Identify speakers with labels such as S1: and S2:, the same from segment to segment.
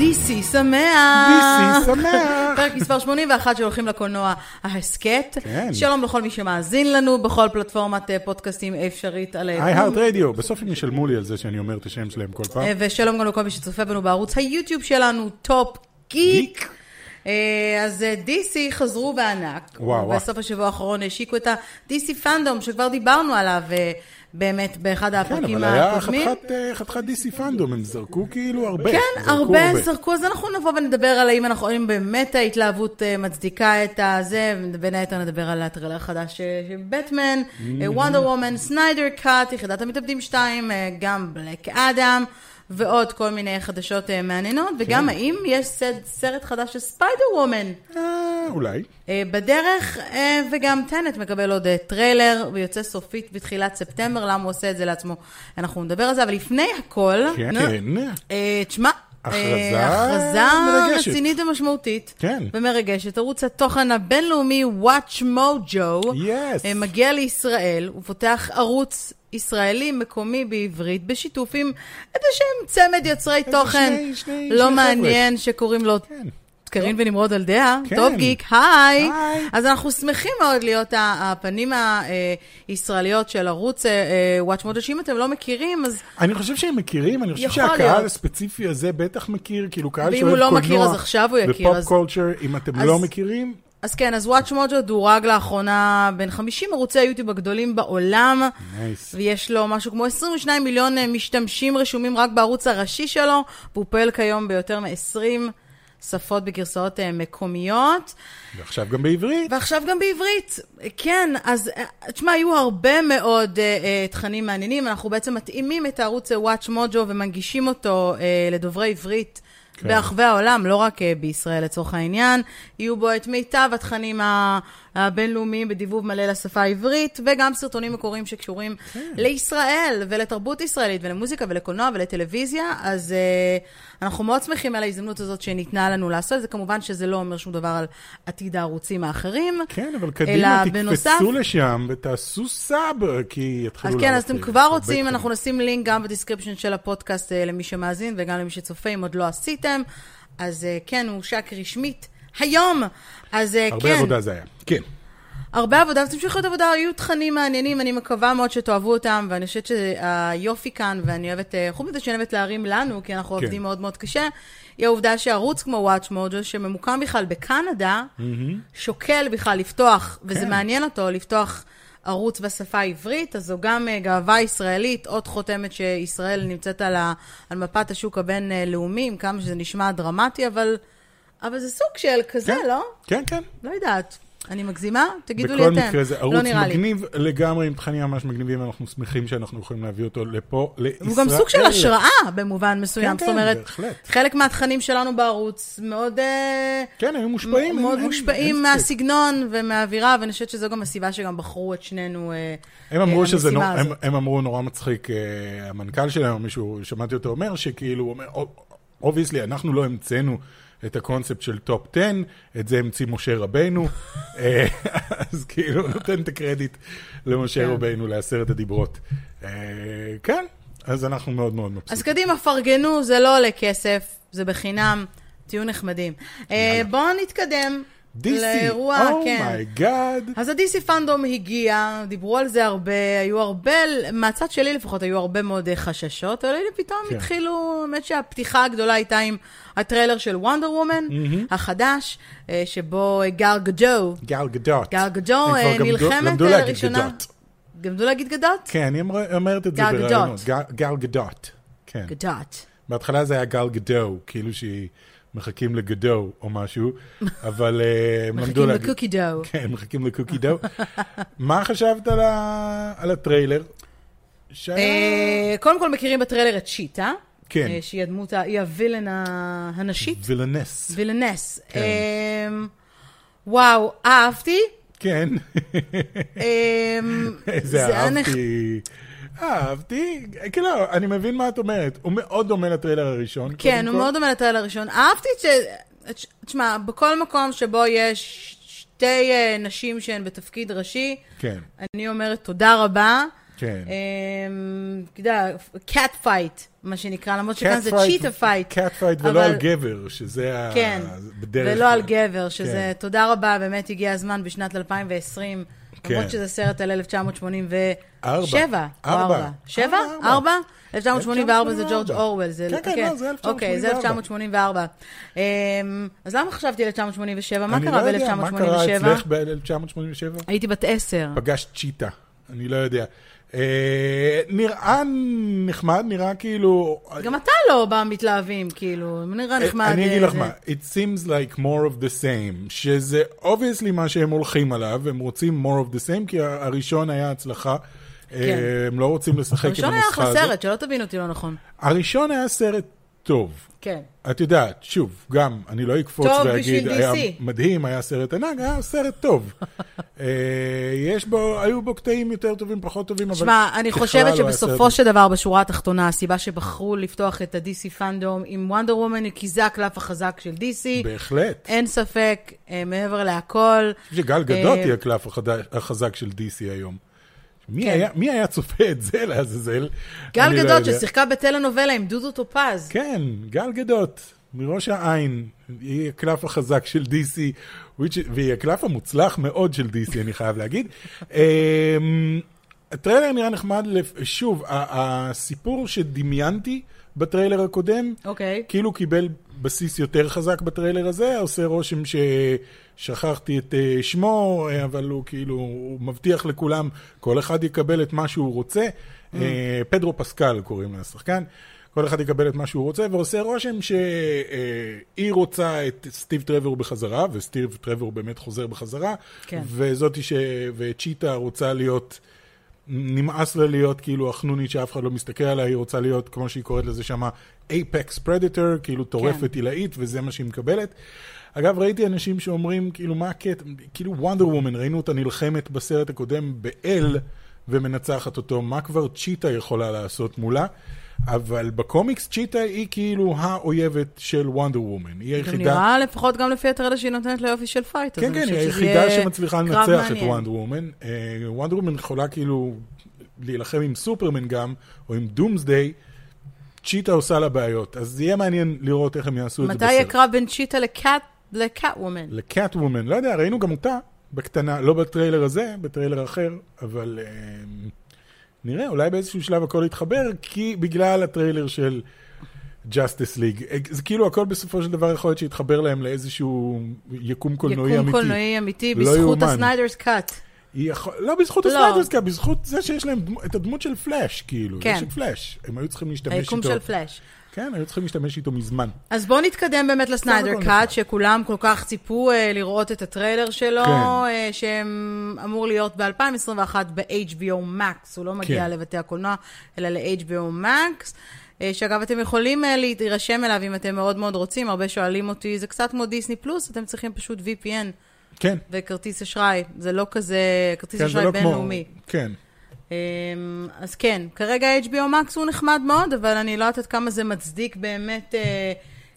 S1: DC שמח!
S2: DC שמח!
S1: פרק מספר 81 של הולכים לקולנוע ההסכת.
S2: כן.
S1: שלום לכל מי שמאזין לנו בכל פלטפורמת אה, פודקאסטים אפשרית על... אה,
S2: I heart radio, בסוף הם ישלמו לי על זה שאני אומר את השם שלהם כל פעם.
S1: אה, ושלום גם לכל מי שצופה בנו בערוץ היוטיוב שלנו, טופ גיק.
S2: גיק.
S1: אה, אז אה, DC חזרו בענק.
S2: וואו, וואו.
S1: בסוף השבוע האחרון השיקו את ה-DC פנדום, שכבר דיברנו עליו אה, באמת באחד
S2: כן,
S1: הפרקים
S2: אבל היה
S1: הקודמים.
S2: חתיכת, אה, חתיכת DC פנדום, הם זרקו כאילו הרבה.
S1: כן,
S2: זרקו
S1: הרבה זרקו, אז אנחנו נבוא ונדבר על האם אנחנו, אם באמת ההתלהבות אה, מצדיקה את הזה, בין היתר נדבר על הטרילר החדש אה, של בטמן,
S2: Mm-hmm.
S1: וונדר וומן, סניידר קאט, יחידת המתאבדים 2, אה, גם בלק אדם, ועוד כל מיני חדשות אה,
S2: כן.
S1: מעניינות, וגם האם יש סד- סרט חדש של ספיידר וומן
S2: אה, אולי.
S1: אה, בדרך, אה, וגם טנט מקבל עוד אה, טריילר, ויוצא סופית בתחילת ספטמבר, למה הוא עושה את זה לעצמו, אנחנו נדבר על זה, אבל לפני הכל...
S2: כן.
S1: אה, תשמע,
S2: הכרזה
S1: אה, הכרזה
S2: מרגשת.
S1: רצינית ומשמעותית.
S2: כן.
S1: ומרגשת. ערוץ התוכן הבינלאומי Watch Mojo
S2: Yes.
S1: אה, מגיע לישראל, הוא פותח ערוץ ישראלי מקומי בעברית, בשיתוף עם איזה שהם צמד יוצרי תוכן
S2: אה, שני- שני-
S1: לא
S2: שני
S1: מעניין שקוראים לו...
S2: כן.
S1: קרין ונמרוד על דעה,
S2: כן.
S1: טוב גיק, היי.
S2: היי.
S1: אז אנחנו שמחים מאוד להיות ה- הפנים הישראליות של ערוץ אה, אה, Watch Mojo, שאם אתם לא מכירים, אז
S2: אני חושב שהם מכירים, אני חושב
S1: יכול
S2: שהקהל
S1: להיות.
S2: הספציפי הזה בטח מכיר, כאילו קהל
S1: ואם
S2: שאוהב
S1: הוא
S2: קולנוע.
S1: לא מכיר, אז עכשיו הוא יכיר,
S2: ופופ
S1: אז-
S2: קולצ'ר, אם אתם
S1: אז-
S2: לא מכירים,
S1: אז כן, אז Watch Mojo דורג לאחרונה בין 50 ערוצי היוטיוב הגדולים בעולם,
S2: נייס.
S1: ויש לו משהו כמו 22 מיליון אה, משתמשים רשומים רק בערוץ הראשי שלו, והוא פועל כיום ביותר מ-20 שפות בגרסאות אה, מקומיות.
S2: ועכשיו גם בעברית.
S1: ועכשיו גם בעברית. כן, אז אה, תשמע, היו הרבה מאוד אה, אה, תכנים מעניינים. אנחנו בעצם מתאימים את הערוץ אה, Watch Mojo ומנגישים אותו אה, לדוברי עברית. כן.
S2: כן.
S1: ברחבי העולם, לא רק אה, בישראל לצורך העניין, יהיו בו את מיטב התכנים ה- הבינלאומיים בדיבוב מלא לשפה העברית, וגם סרטונים מקוריים שקשורים כן. לישראל ולתרבות ישראלית ולמוזיקה ולקולנוע ולטלוויזיה, אז uh, אנחנו מאוד שמחים על ההזדמנות הזאת שניתנה לנו לעשות את זה. כמובן שזה לא אומר שום דבר על עתיד הערוצים האחרים.
S2: כן, אבל
S1: אלא
S2: קדימה,
S1: בנוסף-
S2: תקפצו לשם ותעשו סאב, כי
S1: אז
S2: יתחילו
S1: כן, אז
S2: לעלות
S1: אתם
S2: לי
S1: כבר
S2: הרבה
S1: רוצים,
S2: תכנים.
S1: אנחנו נשים לינק גם בדיסקריפשן של הפודקאסט אה, למי שמאזין וגם למי שצופה, אם עוד לא עשיתם. אז אה, כן, הוא הושק רשמית היום. אז אה,
S2: הרבה
S1: כן,
S2: עבודה זה היה. כן.
S1: הרבה עבודה, ותמשיכו את העבודה, יהיו תכנים מעניינים, אני מקווה מאוד שתאהבו אותם, ואני חושבת שהיופי כאן, ואני אוהבת, אה, חוץ מזה שאני אוהבת להרים לנו, כי אנחנו
S2: כן.
S1: עובדים מאוד מאוד קשה, היא העובדה שערוץ כמו Watch Mojo, שממוקם בכלל בקנדה, שוקל בכלל לפתוח, וזה
S2: כן.
S1: מעניין אותו, לפתוח ערוץ בשפה העברית, אז זו גם אה, גאווה ישראלית, עוד חותמת שישראל נמצאת על, ה, על מפת השוק הבינלאומי, עם כמה שזה נשמע דרמטי, אבל, אבל זה סוג של כזה,
S2: כן,
S1: לא?
S2: כן, כן.
S1: לא יודעת. אני מגזימה? תגידו לי
S2: בכל
S1: אתם.
S2: מקרה זה ערוץ
S1: לא נראה לי.
S2: מגניב לגמרי, עם תכנים ממש מגניבים, אנחנו שמחים שאנחנו יכולים להביא אותו לפה, לישראל.
S1: הוא גם סוג של השראה במובן מסוים.
S2: כן,
S1: זאת אומרת,
S2: בהחלט.
S1: חלק מהתכנים שלנו בערוץ מאוד... אה,
S2: כן, היו מושפעים.
S1: מאוד
S2: אין- אין- אין
S1: מושפעים
S2: ספק.
S1: מהסגנון ומהאווירה, ואני חושבת שזו גם הסיבה שגם בחרו את שנינו. אה,
S2: הם
S1: אה,
S2: אמרו שזה
S1: למשימה
S2: נורא,
S1: הזאת.
S2: הם, הם אמרו נורא מצחיק, אה, המנכ"ל שלהם, או מישהו, שמעתי אותו אומר, שכאילו, הוא אומר, אובייסלי, אנחנו לא המצאנו את הקונספט של טופ 10, את זה המציא משה רבנו, אה, אז כאילו, נותן את הקרדיט למשה
S1: כן.
S2: רבנו, לעשרת הדיברות. אה, כן, אז אנחנו מאוד מאוד
S1: אז
S2: מבסוטים.
S1: קדימה, פרגנו, זה לא עולה כסף, זה בחינם. תהיו נחמדים. אה, בואו נתקדם.
S2: DC,
S1: לאירוע, כן.
S2: אומייגאד.
S1: אז ה-DC פנדום הגיע, דיברו על זה הרבה, היו הרבה, מהצד שלי לפחות, היו הרבה מאוד אה, חששות, אבל הנה פתאום כן.
S2: כן.
S1: התחילו, האמת שהפתיחה הגדולה הייתה עם הטריילר של וונדר וומן החדש, אה, שבו אה, גל גדו,
S2: גל גדות.
S1: גל גדו
S2: הם כבר
S1: אה,
S2: גמדו-
S1: נלחמת
S2: למדו
S1: אה,
S2: להגיד
S1: לראשונה.
S2: גדות.
S1: גמדו להגיד גדות?
S2: כן, היא אמרה- אומרת את זה
S1: גל גדות.
S2: בראיונות. גל- גל גדות. כן.
S1: גדות.
S2: בהתחלה זה היה גל גדו, כאילו שהיא מחכים לגדו או משהו, אבל אה, הם למדו
S1: מחכים
S2: להגיד-
S1: בקוקי דו.
S2: כן, מחכים לקוקי דו. מה חשבת על ה- על הטריילר? שהיה...
S1: אה, קודם כל מכירים בטריילר את שיטה,
S2: כן.
S1: אה, שהיא הדמות, ה- היא הווילן ה- הנשית,
S2: וילנס.
S1: וילנס.
S2: כן.
S1: אה, וואו, אהבתי.
S2: כן.
S1: אמ,
S2: איזה
S1: היה נח-
S2: אהבתי. אהבתי. כאילו, אני מבין מה את אומרת. הוא מאוד דומה לטריילר הראשון.
S1: כן,
S2: קודם
S1: הוא
S2: כל.
S1: מאוד דומה לטריילר הראשון. אהבתי את ש... את ש- תשמע, בכל מקום שבו יש שתי אה, נשים שהן בתפקיד ראשי,
S2: כן.
S1: אני אומרת תודה רבה. אמ,
S2: כן.
S1: אתה יודע, cat fight, מה שנקרא, למרות שכאן
S2: cat
S1: זה
S2: fight-
S1: cheetah fight.
S2: cat fight ולא
S1: אבל-
S2: על גבר, שזה ה...
S1: כן,
S2: בדרך
S1: ולא
S2: כלל.
S1: על גבר, שזה, תודה רבה, באמת הגיע הזמן בשנת 2020,
S2: כן.
S1: למרות שזה סרט על 1987.
S2: ארבע.
S1: או
S2: ארבע.
S1: ארבע. שבע?
S2: ארבע.
S1: ארבע? 1984 זה ג'ורג'
S2: 1984.
S1: אורוול. זה-
S2: כן, כן, לא, זה
S1: אוקיי, זה 1984. אמ, אז למה חשבתי 1987? מה
S2: אני
S1: קרה
S2: לא יודע, מה קרה אצלך
S1: ב-1987?
S2: ב-1987?
S1: הייתי בת עשר.
S2: פגשת צ'יטה, אני לא יודע. אה, נראה נחמד, נראה כאילו...
S1: גם אתה לא במתלהבים, כאילו, נראה נחמד.
S2: אני אגיד
S1: אה,
S2: לך
S1: זה.
S2: מה, it seems like more of the same, שזה obviously מה שהם הולכים עליו, הם רוצים more of the same, כי ה- הראשון היה הצלחה.
S1: כן.
S2: אה, הם לא רוצים לשחק עם הנוסחה
S1: הראשון
S2: הזאת.
S1: היה אחלה סרט, שלא תבין אותי לא נכון.
S2: הראשון היה סרט טוב.
S1: כן.
S2: את יודעת, שוב, גם, אני לא אקפוץ
S1: טוב
S2: ואגיד,
S1: בשביל
S2: היה
S1: DC.
S2: מדהים, היה סרט ענק, היה סרט טוב. אה, יש בו, היו בו קטעים יותר טובים, פחות טובים, אבל...
S1: תשמע, אני
S2: בכלל
S1: חושבת
S2: לא היה
S1: שבסופו
S2: סרט-
S1: של דבר, בשורה התחתונה, הסיבה שבחרו לפתוח את ה-DC פנדום עם וונדר וומן, כי זה הקלף החזק של DC.
S2: בהחלט.
S1: אין ספק, אה, מעבר להכל.
S2: אני חושב שגל גדות
S1: אה,
S2: היא הקלף החד- החזק של DC היום. מי
S1: כן.
S2: היה- מי היה צופה את זה לעזאזל?
S1: גל
S2: אני לא
S1: גדות
S2: יודע.
S1: ששיחקה בטלנובלה עם דודו טופז.
S2: כן, גל גדות, מראש העין, היא הקלף החזק של DC, which, והיא הקלף המוצלח מאוד של DC, אני חייב להגיד. אמ, הטריילר נראה נחמד, לפ- שוב, ה- הסיפור שדמיינתי בטריילר הקודם,
S1: אוקיי.
S2: כאילו קיבל בסיס יותר חזק בטריילר הזה, עושה רושם ששכחתי את אה, שמו, אה, אבל הוא כאילו, הוא מבטיח לכולם, כל אחד יקבל את מה שהוא רוצה.
S1: Mm.
S2: אה, פדרו פסקל קוראים לשחקן. כל אחד יקבל את מה שהוא רוצה, ועושה רושם שהיא רוצה את סטיב טרבור בחזרה, וסטיב טרבור באמת חוזר בחזרה,
S1: כן.
S2: וזאתי ש... וצ'יטה רוצה להיות... נמאס לה להיות כאילו החנונית שאף אחד לא מסתכל עליה, היא רוצה להיות, כמו שהיא קוראת לזה שמה, אייפקס פרדטור, כאילו טורפת עילאית, וזה מה שהיא מקבלת. אגב, ראיתי אנשים שאומרים, כאילו, מה הקטע, כאילו וונדר וומן, ראינו אותה נלחמת בסרט הקודם באל ומנצחת אותו, מה כבר צ'יטה יכולה לעשות מולה? אבל בקומיקס צ'יטה היא כאילו האויבת של וונדר וומן, היא
S1: גם
S2: היחידה...
S1: נראה לפחות גם לפי הטרלר שהיא נותנת לו יופי של פייט. אז
S2: כן,
S1: אני
S2: כן, היא
S1: חושבת שזה
S2: היחידה
S1: יהיה
S2: שמצליחה
S1: קרב
S2: לנצח את
S1: מעניין.
S2: וונדר וומן. אה, וונדר וומן יכולה כאילו להילחם עם סופרמן גם, או עם דומסדיי, צ'יטה עושה לה בעיות. אז יהיה מעניין לראות איך הם יעשו את זה בסרט.
S1: מתי יהיה קרב בין צ'יטה לקאט, לקאט וומן?
S2: לקאט וומן, לא יודע, ראינו גם אותה בקטנה, לא בטריילר הזה, בטריילר אחר, אבל אה, נראה, אולי באיזשהו שלב הכל יתחבר, כי בגלל הטריילר של ג'אסטיס ליג. זה כאילו הכל בסופו של דבר יכול להיות שיתחבר להם לאיזשהו יקום קולנועי
S1: יקום
S2: אמיתי.
S1: קולנועי אמיתי,
S2: לא
S1: בזכות
S2: יאומן.
S1: הסניידרס קאט.
S2: היא יכול... לא בזכות
S1: לא.
S2: הסניידרס קאט, בזכות זה שיש להם דמו... את הדמות של פלאש, כאילו.
S1: כן.
S2: יש את פלאש. הם היו צריכים להשתמש איתו.
S1: היקום של פלאש.
S2: כן, היו צריכים להשתמש איתו מזמן.
S1: אז בואו נתקדם באמת לסניידר
S2: הכל
S1: קאט,
S2: נחמד.
S1: שכולם כל כך ציפו אה, לראות את הטריילר שלו,
S2: כן.
S1: אה, שאמור להיות ב-2021 ב-HBO Max, הוא לא מגיע
S2: כן.
S1: לבתי הקולנוע, אלא ל-HBO Max, אה, שאגב, אתם יכולים אה, להירשם אליו אם אתם מאוד מאוד רוצים, הרבה שואלים אותי, זה קצת כמו דיסני פלוס, אתם צריכים פשוט VPN
S2: כן.
S1: וכרטיס אשראי, זה לא כזה, כרטיס
S2: כן,
S1: אשראי בינלאומי.
S2: כן.
S1: אמ, אז כן, כרגע HBO Max הוא נחמד מאוד, אבל אני לא יודעת עד כמה זה מצדיק באמת אה,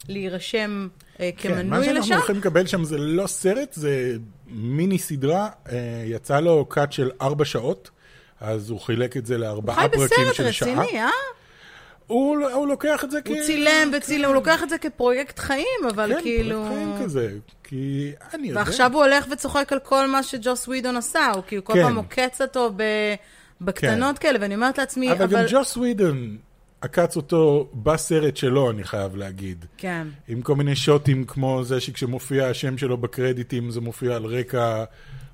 S1: להירשם אה,
S2: כן, מה
S1: כמנוי
S2: שאנחנו
S1: לשם.
S2: הולכים לקבל שם זה לא סרט, זה מיני סדרה. אה, יצא לו קאט של ארבע שעות, אז הוא חילק את זה
S1: חי
S2: לארבעה פרקים
S1: בסרט
S2: של שעה. כן,
S1: רציני, אה?
S2: הוא, לא- הוא לוקח את זה כ...
S1: הוא צילם וצילם, הוא לוקח את זה כפרויקט חיים, אבל
S2: כן,
S1: כאילו...
S2: פרויקט חיים כזה. כי אני יודע.
S1: ועכשיו הוא הולך וצוחק על כל מה שג'וס ווידון עשה, הוא כאילו כל
S2: כן.
S1: פעם עוקץ אותו ב... בקטנות כאלה, ואני אומרת לעצמי,
S2: אבל גם
S1: אבל...
S2: ג'וס ווידון עקץ אותו בסרט שלו, אני חייב להגיד.
S1: כן.
S2: עם כל מיני שוטים כמו זה שכשמופיע השם שלו בקרדיטים זה מופיע על רקע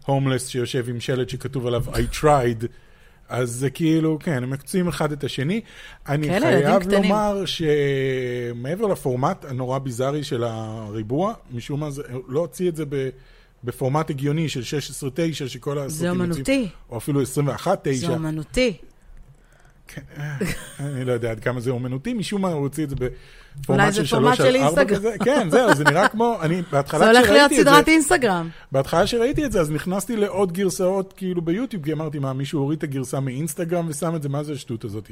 S2: הומלס שיושב עם שלט שכתוב עליו I tried. אז זה כאילו, כן, הם מקצים אחד את השני. אני
S1: כאלה
S2: חייב
S1: ילדים כן, קטנים.
S2: לומר שמעבר לפורמט הנורא ביזארי של הריבוע, משום מה זה, לא הוציא את זה ב, בפורמט הגיוני של 16-9, שכל הסרטים
S1: זה
S2: יוצאים-
S1: אומנותי.
S2: או אפילו 21-9.
S1: זה אומנותי.
S2: כן, אני לא יודע עד כמה זה אומנותי, משום מה הוא הוציא את זה
S1: אולי
S2: בפורמט
S1: זה
S2: של
S1: פורמט
S2: שלוש על
S1: של
S2: ארבע
S1: אינסטגרם.
S2: כזה. כן, זהו, זה נראה כמו, אני
S1: זה
S2: בהתחלה
S1: הולך להיות
S2: כשראיתי את
S1: סדרת
S2: זה,
S1: אינסטגרם.
S2: בהתחלה שראיתי את זה, אז נכנסתי לעוד גרסאות כאילו ביוטיוב, כי אמרתי, מה, מישהו הוריד את הגרסה מאינסטגרם ושם את זה, מה זה השטות הזאת?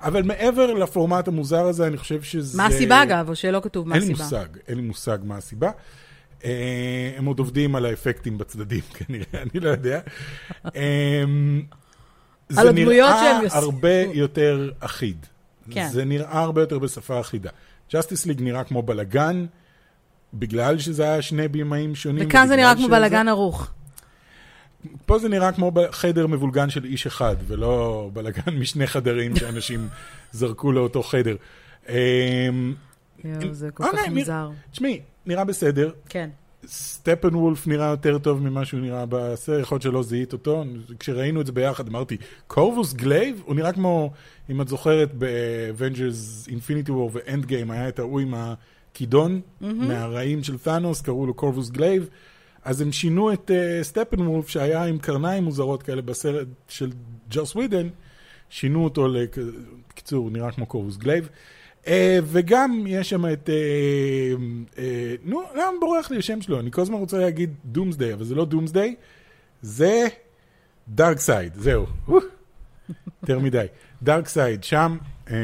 S2: אבל מעבר לפורמט המוזר הזה, אני חושב שזה...
S1: מה הסיבה, אגב, או שלא כתוב מה
S2: אין לי
S1: הסיבה.
S2: מושג, אין לי מושג מה הסיבה. אה, הם עוד עובדים על האפקטים בצדדים כנראה, אני לא יודע. אה,
S1: על
S2: זה
S1: הדמויות שהם
S2: נראה
S1: יוס-
S2: הרבה יותר אחיד.
S1: כן.
S2: זה נראה הרבה יותר בשפה אחידה. ג'סטיס ליג נראה כמו בלאגן, בגלל שזה היה שני בימאים שונים.
S1: וכאן זה
S2: ובגלל
S1: נראה כמו
S2: שזה-
S1: בלאגן ערוך.
S2: פה זה נראה כמו ב- חדר מבולגן של איש אחד, ולא בלאגן משני חדרים שאנשים זרקו לאותו חדר. אמ,
S1: יואו, זה כל
S2: אוקיי,
S1: כך
S2: נרא-
S1: מוזר.
S2: תשמעי, נראה בסדר.
S1: כן.
S2: סטפן וולף נראה יותר טוב ממה שהוא נראה בסרט, יכול להיות שלא זיהית אותו. כשראינו את זה ביחד אמרתי, קורבוס גלייב? הוא נראה כמו, אם את זוכרת, ב-Avengers Infinity War ו-End Game היה את ההוא עם הכידון, מהרעים של תאנוס, קראו לו קורבוס גלייב. אז הם שינו את uh, סטפן וולף שהיה עם קרניים מוזרות כאלה בסרט של ג'וס ווידן, שינו אותו, לכ- בקיצור, הוא נראה כמו קורבוס גלייב. אה, וגם יש שם את... אה, אה, נו, למה בורח לי השם שלו? אני כל הזמן רוצה להגיד דומסדיי, אבל זה לא דומסדיי, זה דארק סייד, זהו. אוף, יותר מדי. דארק סייד, שם. אה,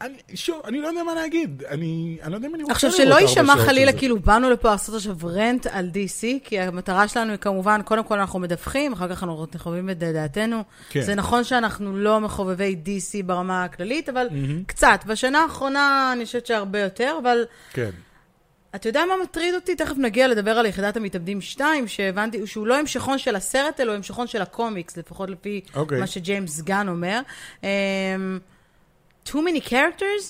S2: אני, שוב, אני לא יודע מה להגיד, אני, אני לא יודע אם אני רוצה
S1: עכשיו,
S2: לראות
S1: שלא
S2: ארבע
S1: יישמע
S2: שעות של
S1: חלילה
S2: זה.
S1: כאילו באנו לפה לעשות עכשיו רנט על DC, כי המטרה שלנו היא כמובן, קודם כל אנחנו מדווחים, אחר כך אנחנו חובבים את דעתנו.
S2: כן.
S1: זה נכון שאנחנו לא מחובבי DC ברמה הכללית, אבל קצת. בשנה האחרונה אני חושבת שהרבה יותר, אבל
S2: כן.
S1: אתה יודע מה מטריד אותי? תכף נגיע לדבר על יחידת המתאבדים 2, שהבנתי שהוא לא המשכון של הסרט, אלא הוא המשכון של הקומיקס, לפחות לפי
S2: אוקיי.
S1: מה שג'יימס גן אומר. Um, too many characters?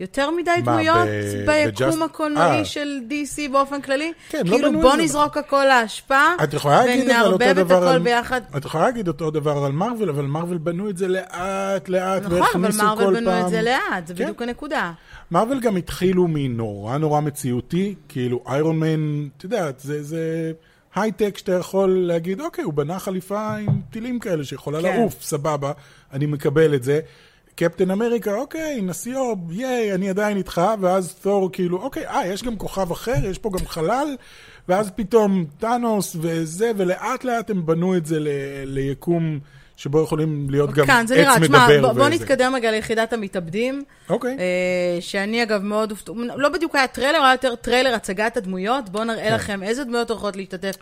S1: יותר מדי
S2: מה,
S1: דמויות
S2: ב-
S1: ביקום
S2: ב-Just-
S1: הקולנועי
S2: אה.
S1: של DC באופן כללי?
S2: כן, לא
S1: כאילו
S2: בנו את
S1: בוא
S2: זה.
S1: נזרוק הכל לאשפה,
S2: את יכולה להגיד אבל אותו
S1: ונערבב את
S2: דבר
S1: הכל
S2: על-
S1: ביחד.
S2: את יכולה להגיד אותו דבר על מארוול, אבל מארוול בנו את זה לאט לאט,
S1: נכון, אבל
S2: והכניסו כל
S1: מארוול בנו
S2: פעם-
S1: את זה לאט, זה
S2: כן.
S1: בדיוק הנקודה.
S2: מארוול גם התחילו מנורא נורא מציאותי, כאילו איירון מן, את יודעת, זה, זה הייטק שאתה יכול להגיד, אוקיי, הוא בנה חליפה עם טילים כאלה שיכולה
S1: כן.
S2: לעוף, סבבה, אני מקבל את זה. קפטן אמריקה, אוקיי, נשיא אוב, ייי, אני עדיין איתך, ואז תור כאילו, אוקיי, אה, יש גם כוכב אחר, יש פה גם חלל, ואז פתאום טאנוס וזה, ולאט לאט הם בנו את זה ל, ליקום שבו יכולים להיות גם
S1: כאן,
S2: עץ
S1: זה נראה,
S2: מדבר.
S1: תשמע, בוא- בוא
S2: וזה.
S1: נתקדם רגע ליחידת המתאבדים.
S2: אוקיי.
S1: אה, שאני אגב מאוד הופתעו, לא בדיוק היה טריילר, היה יותר טריילר הצגת הדמויות, בואו נראה לכם איזה דמויות הולכות להשתתף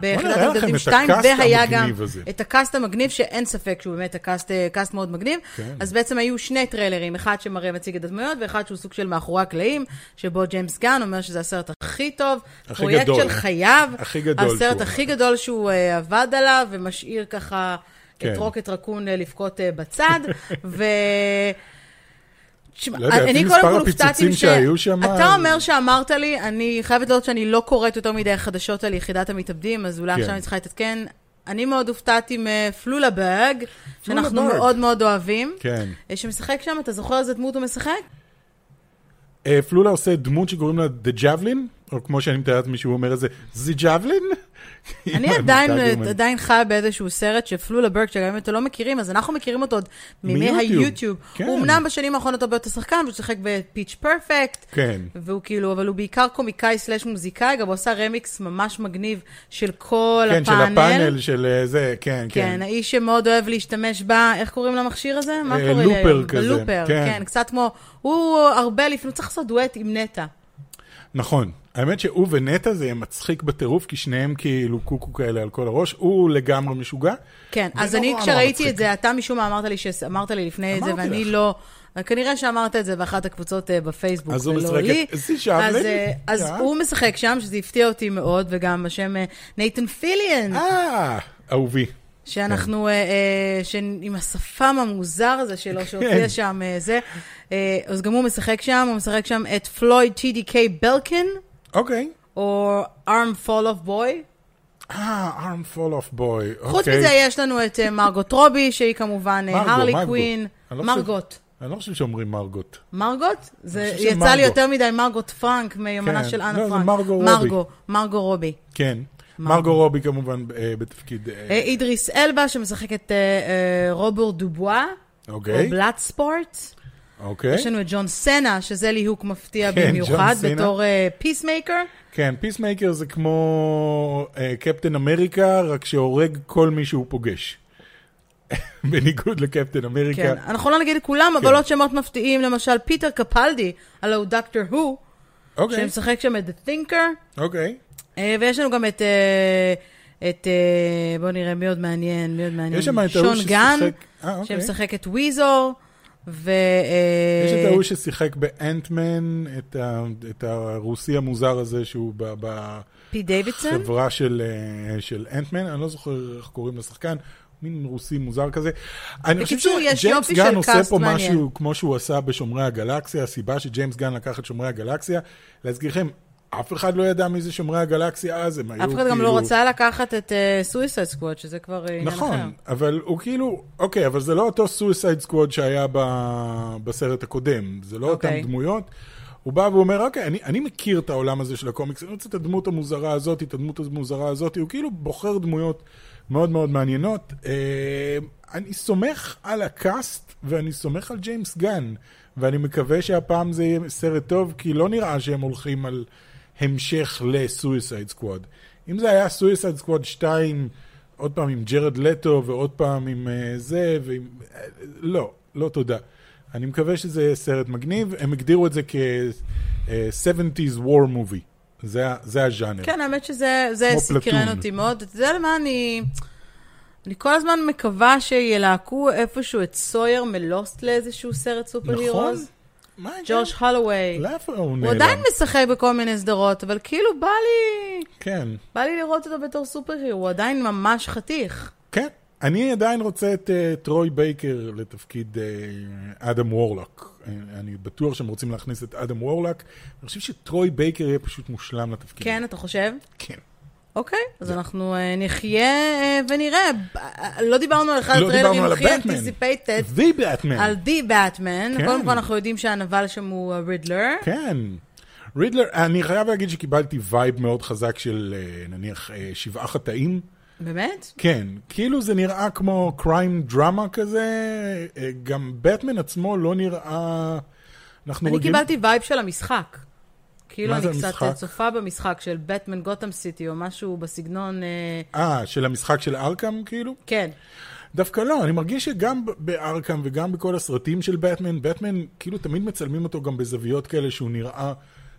S1: ביחידת
S2: כן. נראה לכם
S1: המתאבדים
S2: את
S1: 2,
S2: הקאסט
S1: והיה גם
S2: המגניב הזה.
S1: את הקאסט המגניב, שאין ספק שהוא באמת הקאסט אה, קאסט מאוד מגניב.
S2: כן.
S1: אז בעצם היו שני טריילרים, אחד שמראה מציג את הדמויות, ואחד שהוא סוג של מאחורי הקלעים, שבו ג'יימס גן אומר שזה הסרט הכי טוב,
S2: הכי
S1: פרויקט
S2: גדול.
S1: של חייו,
S2: הכי גדול
S1: הסרט
S2: שהוא.
S1: הכי גדול שהוא אה, עבד עליו, ומשאיר ככה את
S2: כן.
S1: רוקט רקון אה, לבכות אה, בצד, ו... תשמע,
S2: לא יודע, לפי
S1: אני
S2: מספר
S1: קודם כל הופתעתי
S2: הפיצוצים
S1: ש...
S2: שהיו שם- אה,
S1: אתה אומר שאמרת לי, אני חייבת להודות שאני לא קוראת יותר מדי חדשות על יחידת המתאבדים, אז אולי
S2: כן.
S1: עכשיו אני צריכה להתעדכן. אני מאוד הופתעתי מפלולברג, שאנחנו
S2: פלולברג.
S1: מאוד מאוד אוהבים.
S2: כן.
S1: אה, שמשחק שם, אתה זוכר איזה דמות הוא משחק?
S2: אה, פלולה עושה דמות שקוראים לה The Javelin, או כמו שאני מתאר לעצמי שהוא אומר את זה, The Javelin?
S1: אני עדיין, אה, עדיין חיה באיזשהו סרט שפלולה ברק, שגם אם אתם לא מכירים, אז אנחנו מכירים אותו עוד מימי
S2: מיוטיוב.
S1: היוטיוב.
S2: כן.
S1: הוא אמנם בשנים האחרונות הרבה יותר שחקן, הוא שיחק בפיץ' פרפקט.
S2: כן.
S1: והוא כאילו, אבל הוא בעיקר קומיקאי סלאש מוזיקאי, גם הוא עשה רמיקס ממש מגניב של כל
S2: כן, של
S1: הפאנל.
S2: הפאנל, של אה, זה, כן,
S1: כן,
S2: כן.
S1: האיש שמאוד אוהב להשתמש ב... איך קוראים למכשיר הזה? מה
S2: אה,
S1: קוראים?
S2: לופר כזה,
S1: לופר,
S2: כן.
S1: כן, קצת כמו... הוא הרבה לפני, הוא צריך לעשות דואט עם נטע.
S2: נכון. האמת שהוא ונטע זה מצחיק בטירוף, כי שניהם כאילו קוקו כאלה על כל הראש, הוא לגמרי משוגע.
S1: כן,
S2: זה
S1: אז
S2: נורא
S1: אני
S2: נורא
S1: כשראיתי
S2: מצחיק.
S1: את זה, אתה משום מה אמרת לי, ש... אמרת לי לפני את זה,
S2: אמרתי
S1: ואני
S2: לך.
S1: לא... כנראה שאמרת את זה באחת הקבוצות אה, בפייסבוק,
S2: אז הוא
S1: ולא
S2: משחק
S1: לי.
S2: את- זי שבלן?
S1: אז, אה, אז
S2: כן.
S1: הוא משחק שם, שזה הפתיע אותי מאוד, וגם השם אה, נייתן פיליאן,
S2: אה, אהובי. כן.
S1: שאנחנו, אה, אה, ש- עם השפם המוזר הזה שלו, שהופיע שם אה, זה, אה, אז גם הוא משחק שם, הוא משחק שם את פלויד TDK בלקין,
S2: אוקיי.
S1: או arm fall of boy.
S2: אה, arm fall off boy.
S1: חוץ
S2: אוקיי.
S1: מזה יש לנו את אה, מרגוט רובי, שהיא כמובן אה,
S2: מרגו,
S1: הרלי
S2: מרגו.
S1: קווין,
S2: אני לא חושב-
S1: מרגוט.
S2: אני לא חושב שאומרים מרגוט.
S1: מרגוט? זה
S2: חושב שזה
S1: יצא לי
S2: מרגו.
S1: יותר מדי מרגוט פרנק מיומנה
S2: כן.
S1: של אנה
S2: לא, זה
S1: פרנק.
S2: מרגו רובי.
S1: מרגו, מרגו רובי.
S2: כן. מרגו רובי כמובן אה, בתפקיד... אה,
S1: אה, אידריס אלבה, שמשחק את אה, אה, רובור דובואה, או
S2: אוקיי.
S1: בלאט ספורט.
S2: אוקיי.
S1: יש לנו את ג'ון סנה, שזה ליהוק מפתיע
S2: כן, ג'ון
S1: במיוחד,
S2: סנה.
S1: בתור אה, פיסמייקר.
S2: כן, פיסמייקר זה כמו אה, קפטן אמריקה, רק שהורג כל מי שהוא פוגש. בניגוד לקפטן אמריקה.
S1: כן, אנחנו לא נגיד את כולם, אבל
S2: כן.
S1: עוד שמות מפתיעים, למשל פיטר קפלדי, הלוא הוא דוקטור הו,
S2: אוקיי,
S1: שמשחק שם את The Thinker.
S2: אוקיי.
S1: אה, ויש לנו גם את אה, את, אה, בואו נראה, מי עוד מעניין, מי עוד מעניין.
S2: יש שם את ההוא
S1: אה, שון
S2: ששיחק-
S1: גן,
S2: אה, אוקיי.
S1: שמשחק את וויזור, ו... אה,
S2: יש את ההוא ששיחק באנטמן, את ה- את הרוסי המוזר הזה שהוא ב-
S1: פי דיווידסון.
S2: בחברה של, אה, של אנטמן, אני לא זוכר איך קוראים לשחקן. מין רוסי מוזר כזה. אני חושב
S1: בקיצור, יש
S2: שג'יימס
S1: יופי
S2: גן
S1: של
S2: עושה
S1: קאסט
S2: פה
S1: מעניין.
S2: משהו כמו שהוא עשה בשומרי הגלקסיה, הסיבה שג'יימס גן לקח את שומרי הגלקסיה, להזכירכם, אף אחד לא ידע מי זה שומרי הגלקסיה אז, הם היו
S1: אף
S2: כאילו...
S1: אחד גם לא רצה לקחת את סוויסד סקוואט, שזה כבר אה, עניין אחר.
S2: נכון, אבל הוא כאילו, אוקיי, אבל זה לא אותו סויסייד סקווד שהיה ב... בסרט הקודם, זה לא
S1: אוקיי.
S2: אותן דמויות. הוא בא ואומר, אוקיי, אני, אני מכיר את העולם הזה של הקומיקס, אני רוצה את הדמות המוזרה הזאת, את הדמות המוזרה הזאת, הוא כאילו בוחר דמויות מאוד מאוד מעניינות. אה, אני סומך על הקאסט ואני סומך על ג'יימס גן, ואני מקווה שהפעם זה יהיה סרט טוב, כי לא נראה שהם הולכים על המשך לסויסייד סקווד. אם זה היה סויסייד סקווד 2, עוד פעם עם ג'רד לטו, ועוד פעם עם אה, זה, ועם... אה, לא, לא תודה. אני מקווה שזה יהיה סרט מגניב, הם הגדירו את זה כ-70's war movie. זה, ה- זה הז'אנר.
S1: כן, האמת שזה זה
S2: כמו
S1: סקרן
S2: פלטון.
S1: אותי מאוד. אתה יודע למה אני... אני כל הזמן מקווה שילהקו איפשהו את סויר מלוסט לאיזשהו סרט סופר
S2: נכון?
S1: הירוז.
S2: מה,
S1: ג'ורג' הלווי.
S2: לאף הוא
S1: הוא
S2: נעלם.
S1: עדיין משחק בכל מיני סדרות, אבל כאילו בא לי...
S2: כן,
S1: בא לי לראות אותו בתור סופר הירו, הוא עדיין ממש חתיך.
S2: כן. אני עדיין רוצה את אה, טרוי בייקר לתפקיד אה, אדם וורלוק. אה, אני בטוח שהם רוצים להכניס את אדם וורלוק. אני חושב שטרוי בייקר יהיה פשוט מושלם לתפקיד.
S1: כן, אתה חושב?
S2: כן.
S1: אוקיי, אז
S2: לא.
S1: אנחנו אה, נחיה אה, ונראה. ב- אה, לא דיברנו על אחד
S2: לא
S1: הטריילרים
S2: דיברנו על
S1: הכי
S2: הבטמן.
S1: אנטיסיפייטד,
S2: The Batman.
S1: על די באטמן.
S2: כן.
S1: קודם כל אנחנו יודעים שהנבל שם הוא אה, רידלר.
S2: כן. רידלר, אני חייב להגיד שקיבלתי וייב מאוד חזק של אה, נניח אה, שבעה חטאים.
S1: באמת?
S2: כן, כאילו זה נראה כמו crime דרמה כזה, אה, גם בטמן עצמו לא נראה... אנחנו
S1: אני
S2: רגילים-
S1: קיבלתי וייב של המשחק. כאילו
S2: מה
S1: אני
S2: זה
S1: קצת
S2: המשחק?
S1: אה, צופה במשחק של בטמן גותם סיטי או משהו בסגנון... אה,
S2: אה, של המשחק של ארקאם כאילו?
S1: כן.
S2: דווקא לא, אני מרגיש שגם ב- בארקאם וגם בכל הסרטים של בטמן, בטמן כאילו תמיד מצלמים אותו גם בזוויות כאלה שהוא נראה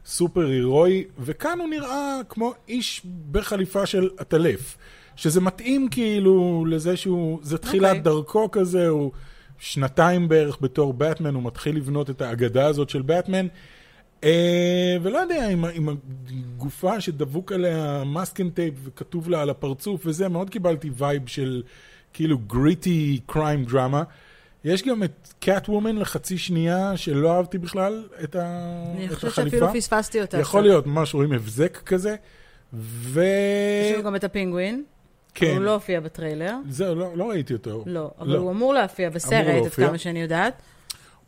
S2: סופר הירואי, וכאן הוא נראה כמו איש בחליפה של עטלף. שזה מתאים כאילו לזה שהוא, זה תחילת
S1: אוקיי.
S2: okay. דרכו כזה, הוא שנתיים בערך בתור בטמן, הוא מתחיל לבנות את האגדה הזאת של בטמן. אה, ולא יודע, עם, ה- עם הגופה שדבוק עליה מסקנטייפ וכתוב לה על הפרצוף וזה, מאוד קיבלתי וייב של כאילו גריטי קריים דרמה. יש גם את קאט וומן לחצי שנייה, שלא אהבתי בכלל את, ה...
S1: אני
S2: את
S1: חושבת
S2: החליפה.
S1: שאפילו פספסתי אותה.
S2: יכול
S1: קצת.
S2: להיות, ממש רואים הבזק כזה. ו...
S1: יש לנו גם את הפינגווין.
S2: כן.
S1: הוא לא הופיע בטריילר.
S2: זהו, לא, לא ראיתי אותו.
S1: לא, אבל הוא אמור להופיע בסרט, עד
S2: להופיע.
S1: כמה שאני יודעת.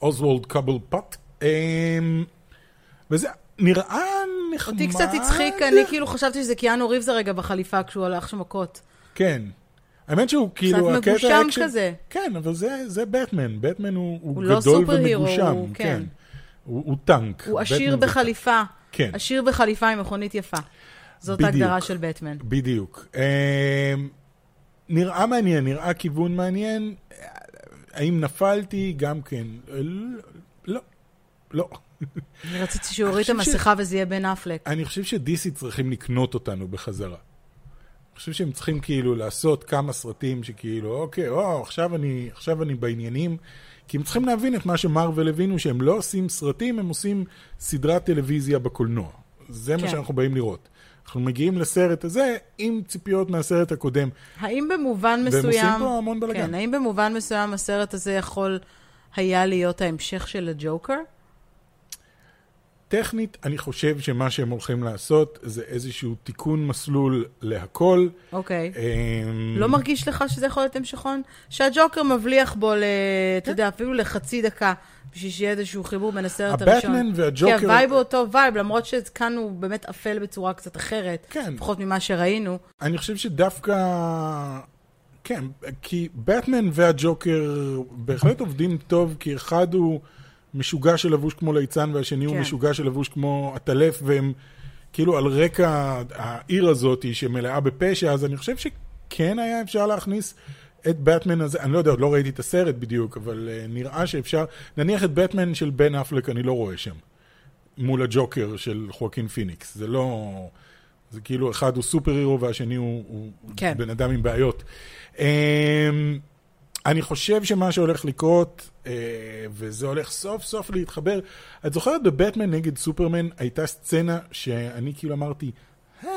S2: אוזוולד קאבל פאט. אמ, וזה נראה נחמד.
S1: אותי קצת הצחיק, אני כאילו חשבתי שזה קיאנו ריבס הרגע בחליפה כשהוא הלך שם מכות.
S2: כן. האמת שהוא כאילו, הקטע...
S1: מגושם
S2: האקשן-
S1: כזה.
S2: כן, אבל זה, זה בטמן. בטמן הוא, הוא,
S1: הוא לא
S2: גדול
S1: סופר-הירו,
S2: ומגושם.
S1: הוא- כן.
S2: כן. הוא, הוא טנק.
S1: הוא
S2: בטמן
S1: עשיר
S2: זה-
S1: בחליפה.
S2: כן.
S1: עשיר בחליפה עם מכונית יפה. זאת
S2: בדיוק.
S1: ההגדרה של בטמן.
S2: בדיוק. אמ, נראה מעניין, נראה כיוון מעניין. האם נפלתי? גם כן. לא. לא. לא.
S1: אני רציתי שהוא יוריד את
S2: אני חושב ש-
S1: המסכה וזה יהיה בן אפלק.
S2: אני חושב שדיסי צריכים לקנות אותנו בחזרה. אני חושב שהם צריכים כאילו לעשות כמה סרטים שכאילו, אוקיי, או, עכשיו אני, עכשיו אני בעניינים. כי הם צריכים להבין את מה שמרוויל הבינו, שהם לא עושים סרטים, הם עושים סדרת טלוויזיה בקולנוע. זה
S1: כן.
S2: מה שאנחנו באים לראות. אנחנו מגיעים לסרט הזה עם ציפיות מהסרט הקודם.
S1: האם במובן
S2: והם
S1: מסוים...
S2: עושים פה המון בלאגן.
S1: כן, האם במובן מסוים הסרט הזה יכול היה להיות ההמשך של הג'וקר?
S2: טכנית, אני חושב שמה שהם הולכים לעשות זה איזשהו תיקון מסלול להכל.
S1: אוקיי.
S2: אמ,
S1: לא מרגיש לך שזה יכול להיות המשכון? שהג'וקר מבליח בו, ל-
S2: כן.
S1: אתה יודע, אפילו לחצי דקה, בשביל שיהיה איזשהו חיבור בין הסרט
S2: הבטמן
S1: הראשון.
S2: והג'וקר-
S1: כי הווייב הוא אותו וייב, למרות שכאן הוא באמת אפל בצורה קצת אחרת.
S2: כן.
S1: לפחות ממה שראינו.
S2: אני חושב שדווקא... כן, כי בטמן והג'וקר בהחלט עובדים טוב, כי אחד הוא משוגע שלבוש כמו ליצן, והשני הוא
S1: כן.
S2: משוגע שלבוש כמו עטלף, והם כאילו על רקע העיר הזאת שמלאה בפשע, אז אני חושב שכן היה אפשר להכניס את בטמן הזה, אני לא יודע, עוד לא ראיתי את הסרט בדיוק, אבל אה, נראה שאפשר, נניח את בטמן של בן אפלק אני לא רואה שם. מול הג'וקר של חואקין פיניקס. זה לא... זה כאילו, אחד הוא סופר הירו והשני הוא, הוא
S1: כן.
S2: בן אדם עם בעיות. אמ, אני חושב שמה שהולך לקרות, אה, וזה הולך סוף סוף להתחבר, את זוכרת בבטמן נגד סופרמן הייתה סצנה שאני כאילו אמרתי, "אה",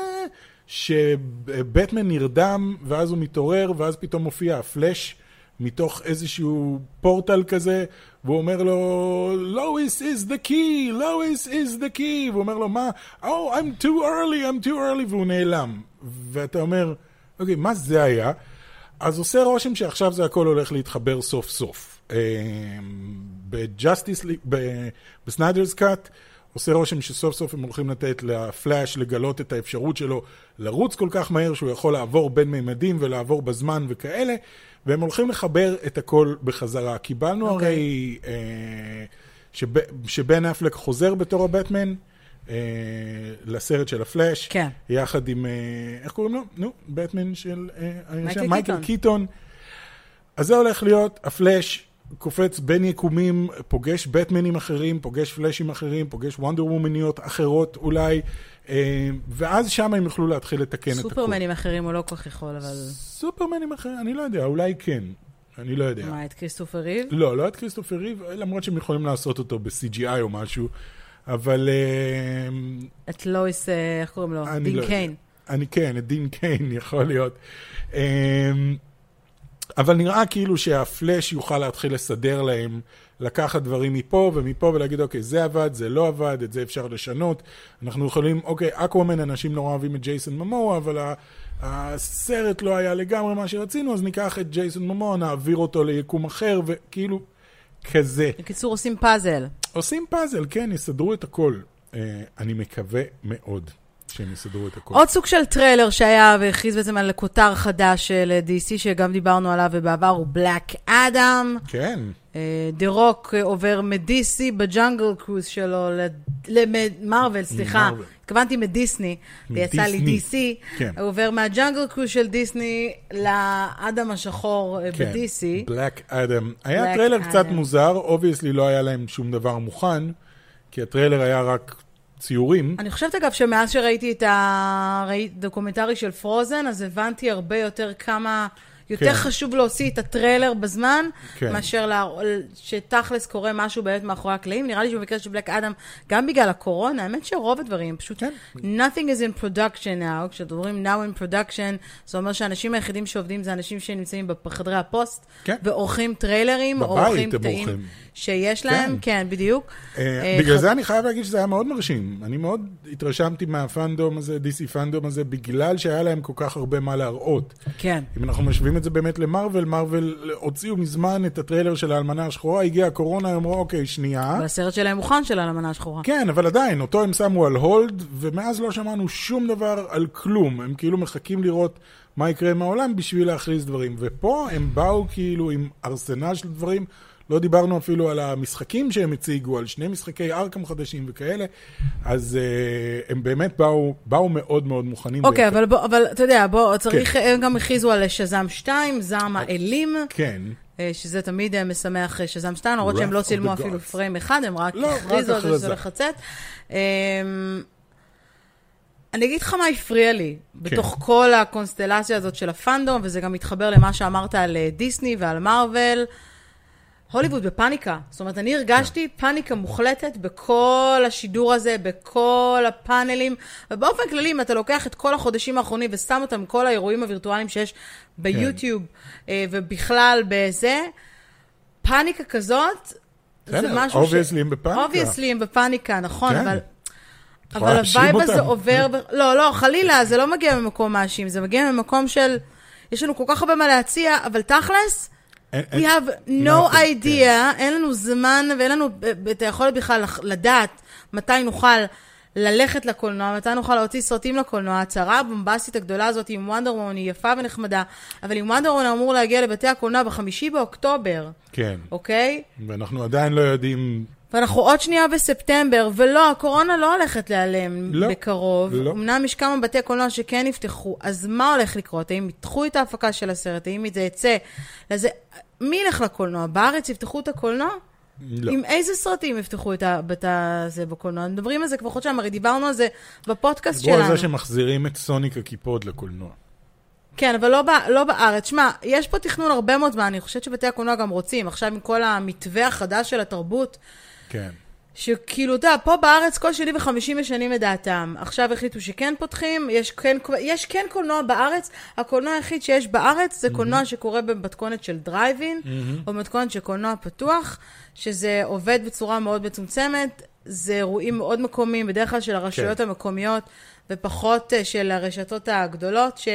S2: שבטמן נרדם, ואז הוא מתעורר, ואז פתאום מופיע הפלאש מתוך איזשהו פורטל כזה, והוא אומר לו, לואיס is the key, לואיס is the key, והוא אומר לו, מה? Oh, I'm too early, I'm too early, והוא נעלם. ואתה אומר, אוקיי, מה זה היה? אז עושה רושם שעכשיו זה הכל הולך להתחבר סוף סוף. אה, בג'סטיס, בסניידרס קאט, עושה רושם שסוף סוף הם הולכים לתת לפלאש לגלות את האפשרות שלו לרוץ כל כך מהר שהוא יכול לעבור בין מימדים ולעבור בזמן וכאלה, והם הולכים לחבר את הכל בחזרה. קיבלנו okay.
S1: אוקיי.
S2: הרי אה, שב, שבן אפלק חוזר בתור הבטמן. אה, לסרט של הפלאש,
S1: כן.
S2: יחד עם, אה, איך קוראים לו? נו, בטמן של... אה,
S1: מייקל
S2: שם, מייקל
S1: קיטון.
S2: קיטון. אז זה הולך להיות, הפלאש קופץ בין יקומים, פוגש בטמנים אחרים, פוגש פלאשים אחרים, פוגש וונדר וומניות אחרות אולי, אה, ואז שם הם יוכלו להתחיל לתקן כן, את הכול.
S1: סופרמנים אחרים הוא לא כל כך יכול, אבל...
S2: סופרמנים אחרים, אני לא יודע, אולי כן. אני לא יודע.
S1: מה, את כריסטופר ריב?
S2: לא, לא את כריסטופר ריב, למרות שהם יכולים לעשות אותו ב-CGI או משהו, אבל אה,
S1: את לואיס, אה, איך קוראים לו?
S2: אני
S1: דין
S2: לא יודע.
S1: קיין.
S2: אני כן, את דין קיין יכול להיות. אמ, אבל נראה כאילו שהפלאש יוכל להתחיל לסדר להם, לקחת דברים מפה ומפה ולהגיד, אוקיי, זה עבד, זה לא עבד, את זה אפשר לשנות. אנחנו יכולים, אוקיי, אקוומן, אנשים נורא אוהבים את ג'ייסון ממואה, אבל ה- הסרט לא היה לגמרי מה שרצינו, אז ניקח את ג'ייסון ממואה, נעביר אותו ליקום אחר, וכאילו, כזה.
S1: בקיצור, עושים פאזל.
S2: עושים פאזל, כן, יסדרו את הכל. אה, אני מקווה מאוד שהם יסדרו את הכל.
S1: עוד סוג של טריילר שהיה והכריז בעצם על כותר חדש של DC, שגם דיברנו עליו ובעבר, הוא בלק אדם.
S2: כן.
S1: דה רוק עובר מ-DC בג'אנגל קרוז שלו למרוויל, סליחה.
S2: מרוויל.
S1: התכוונתי מדיסני, זה יצא לי
S2: מדיסני.
S1: DC.
S2: כן.
S1: הוא עובר מהג'אנגל קרוז של דיסני לאדם השחור אה,
S2: כן.
S1: ב-DC.
S2: בלק אדם. היה
S1: Black
S2: טריילר
S1: Adam.
S2: קצת מוזר, אובייסלי לא היה להם שום דבר מוכן, כי הטריילר היה רק ציורים.
S1: אני חושבת אגב שמאז שראיתי את הדוקומנטרי של פרוזן, אז הבנתי הרבה יותר כמה... יותר
S2: כן.
S1: חשוב להוציא את הטריילר בזמן,
S2: כן.
S1: מאשר להרא- שתכלס קורה משהו באמת מאחורי הקלעים. נראה לי שבמקרה של בלק אדם, גם בגלל הקורונה, האמת שרוב הדברים פשוט...
S2: כן.
S1: Nothing is in production now, כשאומרים now in production, זה אומר שהאנשים היחידים שעובדים זה אנשים שנמצאים בחדרי הפוסט,
S2: כן.
S1: ועורכים טריילרים, או
S2: בבית
S1: עורכים
S2: הם
S1: תאים
S2: עורכים.
S1: שיש להם, כן, בדיוק.
S2: אה,
S1: אה,
S2: בגלל
S1: חד-
S2: זה אני חייב להגיד שזה היה מאוד מרשים. אני מאוד התרשמתי מהפאנדום הזה, DC פאנדום הזה, בגלל שהיה להם כל כך הרבה מה להראות.
S1: כן.
S2: אם אנחנו משווים את זה באמת למרוויל, מרוויל הוציאו מזמן את הטריילר של האלמנה השחורה, הגיעה הקורונה, הם אמרו, אוקיי, שנייה.
S1: אבל הסרט שלהם מוכן של האלמנה השחורה.
S2: כן, אבל עדיין, אותו הם שמו על הולד, ומאז לא שמענו שום דבר על כלום. הם כאילו מחכים לראות מה יקרה עם העולם בשביל להכריז דברים. ופה הם באו כאילו עם ארסנל של דברים. לא דיברנו אפילו על המשחקים שהם הציגו, על שני משחקי ארקם חדשים וכאלה. אז uh, הם באמת באו, באו מאוד מאוד מוכנים.
S1: אוקיי,
S2: בעצם.
S1: אבל בוא, אבל אתה יודע, בוא, צריך, הם גם הכריזו על שזאם 2, זעם
S2: אה.
S1: האלים,
S2: כן.
S1: אה, שזה תמיד אה, משמח אה, שזאם 2, למרות שהם
S2: Wrath
S1: לא
S2: of
S1: צילמו
S2: the
S1: אפילו
S2: Gods.
S1: פריים אחד, הם רק
S2: לא, רק
S1: הכריזו על זה שזה
S2: הכרזה.
S1: הולך לצאת. אמ, אני אגיד לך מה הפריע לי,
S2: כן.
S1: בתוך כל הקונסטלציה הזאת של הפאנדום, וזה גם מתחבר למה שאמרת על אה, דיסני ועל מארוול. הוליווד בפאניקה. זאת אומרת, אני הרגשתי
S2: כן.
S1: פאניקה מוחלטת בכל השידור הזה, בכל הפאנלים. ובאופן כללי, אם אתה לוקח את כל החודשים האחרונים ושם אותם כל האירועים הווירטואליים שיש ביוטיוב
S2: כן.
S1: אה, ובכלל בזה, פאניקה כזאת, זה
S2: בסדר,
S1: משהו ש...
S2: כן, obviously הם בפאניקה.
S1: אובייסלי הם בפאניקה, נכון,
S2: כן.
S1: אבל...
S2: יכולה
S1: אבל
S2: להאשים
S1: הווייב הזה
S2: אותם.
S1: עובר... ב- לא, לא, חלילה, זה לא מגיע ממקום מאשים, זה מגיע ממקום של... יש לנו כל כך הרבה מה להציע, אבל תכלס,
S2: אין-
S1: We
S2: אין-
S1: have no
S2: nothing,
S1: idea, אין לנו זמן ואין לנו ב- את היכולת בכלל לח- לדעת מתי נוכל ללכת לקולנוע, מתי נוכל להוציא סרטים לקולנוע. ההצהרה הבומבסטית הגדולה הזאת עם וונדר וומן היא יפה ונחמדה, אבל עם וונדר וומן אמור להגיע לבתי הקולנוע בחמישי באוקטובר,
S2: כן.
S1: אוקיי?
S2: ואנחנו עדיין לא יודעים
S1: ואנחנו עוד שנייה בספטמבר, ולא, הקורונה לא הולכת להיעלם
S2: לא,
S1: בקרוב.
S2: לא.
S1: אמנם יש כמה בתי קולנוע שכן נפתחו, אז מה הולך לקרות? האם ידחו את ההפקה של הסרט? האם זה יצא? לזה... מי ילך לקולנוע? בארץ יפתחו את הקולנוע?
S2: לא.
S1: עם איזה סרטים יפתחו את ה- בת הזה בקולנוע? מדברים על זה כבר חודשיים, הרי דיברנו על זה בפודקאסט
S2: דיברו על
S1: שלנו.
S2: זה שמחזירים את סוניק הקיפוד לקולנוע.
S1: כן, אבל לא, ב- לא בארץ. שמע, יש פה תכנון הרבה מאוד זמן, אני חושבת שבתי הקולנוע גם רוצים. עכשיו עם כל המתווה החדש של התרבות,
S2: כן.
S1: שכאילו, אתה יודע, פה בארץ כל שני וחמישי משנים את דעתם. עכשיו החליטו שכן פותחים, יש כן, יש כן קולנוע בארץ. הקולנוע היחיד שיש בארץ זה
S2: Mm-hmm.
S1: קולנוע שקורה במתכונת של דרייבין, או במתכונת של קולנוע פתוח, שזה עובד בצורה מאוד מצומצמת, זה אירועים מאוד מקומיים, בדרך כלל של הרשויות
S2: כן.
S1: המקומיות, ופחות אה, של הרשתות הגדולות, ש...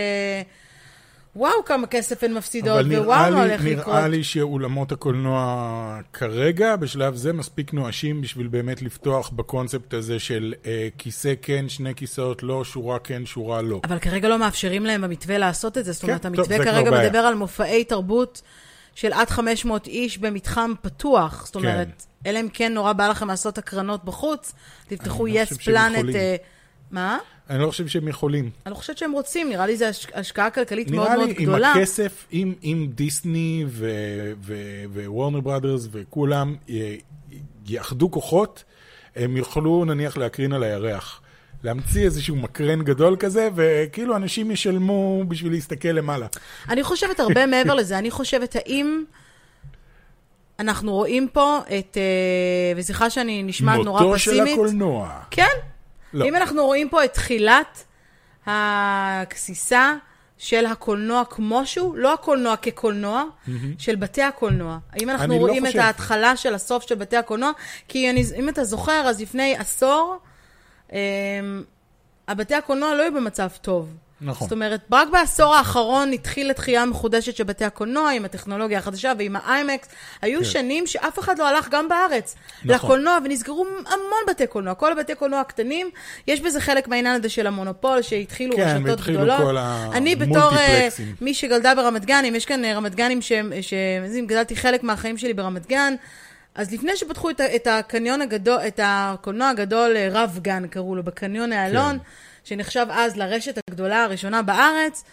S1: וואו, כמה כסף הן מפסידות,
S2: אבל נראה
S1: ווואו, מה לא הולך
S2: לי,
S1: לקרות.
S2: נראה לי שאולמות הקולנוע כרגע, בשלב זה, מספיק נואשים בשביל באמת לפתוח בקונספט הזה של אה, כיסא כן, שני כיסאות לא, שורה כן, שורה לא.
S1: אבל כרגע לא מאפשרים להם במתווה לעשות את זה. זאת
S2: כן,
S1: אומרת,
S2: טוב,
S1: המתווה
S2: זה כבר
S1: כרגע
S2: בעיה.
S1: מדבר על מופעי תרבות של עד 500 איש במתחם פתוח.
S2: כן.
S1: זאת אומרת, אלא אם כן נורא בא לכם לעשות הקרנות בחוץ, תפתחו
S2: אני לא
S1: יס
S2: חושב שהם
S1: פלנט.
S2: יכולים.
S1: אה, מה?
S2: אני לא חושב שהם יכולים.
S1: אני לא חושבת שהם רוצים, נראה לי זו הש- השקעה כלכלית מאוד
S2: נראה
S1: מאוד
S2: לי עם
S1: גדולה.
S2: הכסף, עם, עם דיסני ו- ו- ווורנר בראדרס וכולם י- יאחדו כוחות, הם יוכלו נניח להקרין על הירח. להמציא איזשהו מקרן גדול כזה, וכאילו אנשים ישלמו בשביל להסתכל למעלה.
S1: אני חושבת הרבה מעבר לזה, אני חושבת האם אנחנו רואים פה את, אה, וסליחה שאני נשמעת נורא
S2: מותו של
S1: פסימית.
S2: הקולנוע.
S1: כן.
S2: לא.
S1: לא. אם אנחנו רואים פה את תחילת הגסיסה של הקולנוע כמו שהוא, לא הקולנוע כקולנוע, mm-hmm. של בתי הקולנוע. אם אנחנו
S2: אני לא
S1: רואים את
S2: חושב.
S1: ההתחלה של הסוף של בתי הקולנוע, כי אני, אם אתה זוכר, אז לפני עשור, אמ, הבתי הקולנוע לא היו במצב טוב.
S2: נכון.
S1: זאת אומרת, רק בעשור האחרון התחילה תחייה מחודשת של בתי הקולנוע, עם הטכנולוגיה החדשה ועם האיימקס. היו
S2: כן.
S1: כן. שנים שאף אחד לא הלך גם בארץ.
S2: נכון.
S1: נכון. לקולנוע, ונסגרו המון בתי קולנוע. כל הבתי קולנוע הקטנים, יש בזה חלק מהעניין הזה של המונופול, שהתחילו
S2: כן,
S1: כאילו רשתות
S2: והתחילו
S1: גדולות.
S2: כל
S1: אני בתור אה,
S2: המולטיפלקסים.
S1: מי שגלדה ברמת גן, אם יש כאן אה, רמת גנים שהם, שהם- אז אם גדלתי חלק מהחיים שלי ברמת גן, אז לפני שפתחו את, ה- את הקניון הגדול, את הקולנוע הגדול, אה, רב גן קראו לו, בקניון האלון,
S2: כן.
S1: כן. שנחשב אז לרשת הגדולה הראשונה בארץ,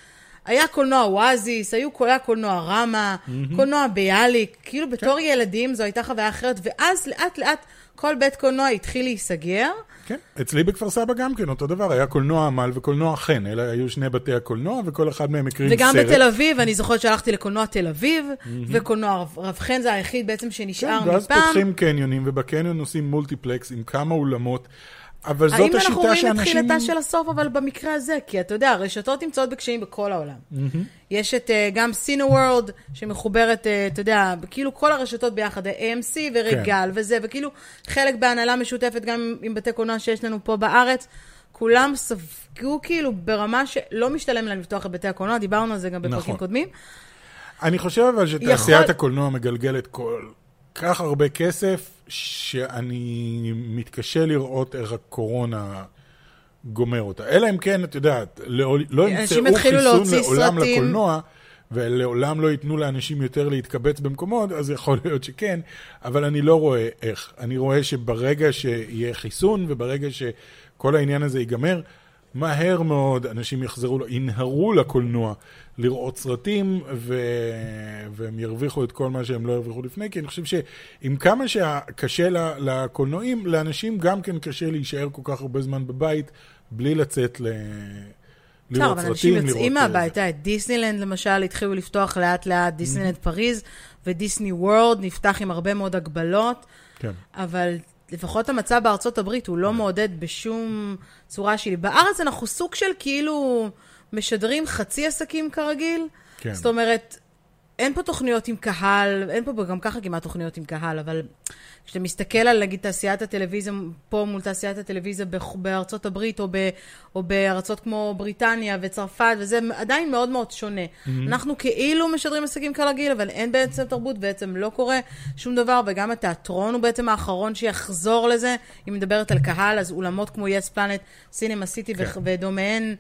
S1: היה קולנוע וואזיס, היו קולנוע, קולנוע רמה, mm-hmm. קולנוע ביאליק, כאילו בתור כן. ילדים זו הייתה חוויה אחרת, ואז לאט לאט כל בית קולנוע התחיל להיסגר.
S2: כן. אצלי בכפר סבא גם כן, אותו דבר, היה קולנוע עמל וקולנוע חן, אלה היו שני בתי הקולנוע, וכל אחד מהם הקרין סרט.
S1: וגם בתל אביב, אני זוכרת שהלכתי לקולנוע תל אביב, וקולנוע רב- רב חן זה היחיד בעצם שנשאר
S2: כן, ואז
S1: מפעם.
S2: פותחים קניונים, ובקניון עושים מולטיפלקס עם כמה אולמות, אבל זאת
S1: האם
S2: השיטה
S1: אנחנו
S2: שאנשים...
S1: רואים את תחילתה של הסוף, אבל במקרה הזה, כי אתה יודע, הרשתות נמצאות בקשיים בכל העולם. יש את אה, גם סינו וורלד, שמחוברת, אה, אתה יודע, כאילו כל הרשתות ביחד, AMC
S2: כן.
S1: ורגל וזה, וכאילו חלק בהנהלה משותפת גם עם- עם בתי קולנוע שיש לנו פה בארץ. כולם ספגו כאילו ברמה שלא משתלם להם לפתוח את בתי הקולנוע, דיברנו על זה גם
S2: נכון.
S1: בפרקים קודמים.
S2: אני חושב אבל שתעשיית
S1: יכול-
S2: הקולנוע מגלגלת כל כך הרבה כסף, שאני מתקשה לראות איך הקורונה גומר אותה. אלא אם כן, את יודעת, לא לא
S1: אנשים
S2: ימצאו
S1: יתחילו
S2: חיסון
S1: להוציא
S2: לעולם
S1: סרטים.
S2: לקולנוע. ולעולם לא ייתנו לאנשים יותר להתקבץ במקומות, אז יכול להיות שכן, אבל אני לא רואה איך. אני רואה שברגע שיהיה חיסון, וברגע שכל העניין הזה ייגמר, מהר מאוד אנשים יחזרו, ל- ינהרו לקולנוע לראות סרטים, ו... והם ירוויחו את כל מה שהם לא הרוויחו לפני, כי אני חושב שעם כמה שקשה ל- לקולנועים, לאנשים גם כן קשה להישאר כל כך הרבה זמן בבית, בלי לצאת ל...
S1: בסדר,
S2: לראות
S1: אבל
S2: סרטים,
S1: אנשים
S2: לראות,
S1: יוצאים
S2: אה, זה.
S1: מהבית, אה, את דיסנילנד למשל התחילו לפתוח לאט לאט, דיסנילנד
S2: Mm-hmm.
S1: פריז ודיסני וורד נפתח עם הרבה מאוד הגבלות,
S2: כן.
S1: אבל לפחות המצב בארצות הברית
S2: Mm-hmm.
S1: הוא לא מעודד בשום צורה שהיא. בארץ אנחנו סוג של כאילו משדרים חצי עסקים כרגיל,
S2: כן.
S1: זאת אומרת, אין פה תוכניות עם קהל, אין פה גם ככה כמעט תוכניות עם קהל, אבל כשאתה מסתכל על נגיד תעשיית הטלוויזיה פה מול תעשיית הטלוויזיה בח- בארצות הברית או, ב, או בארצות כמו בריטניה וצרפת, וזה עדיין מאוד מאוד שונה. Mm-hmm. אנחנו כאילו משדרים עסקים כרגיל, אבל אין בעצם תרבות, בעצם לא קורה שום דבר, וגם התיאטרון הוא בעצם האחרון שיחזור לזה. אם מדברת על קהל, אז אולמות כמו יס פלנט, סינמה סיטי
S2: כן.
S1: ודומיהן.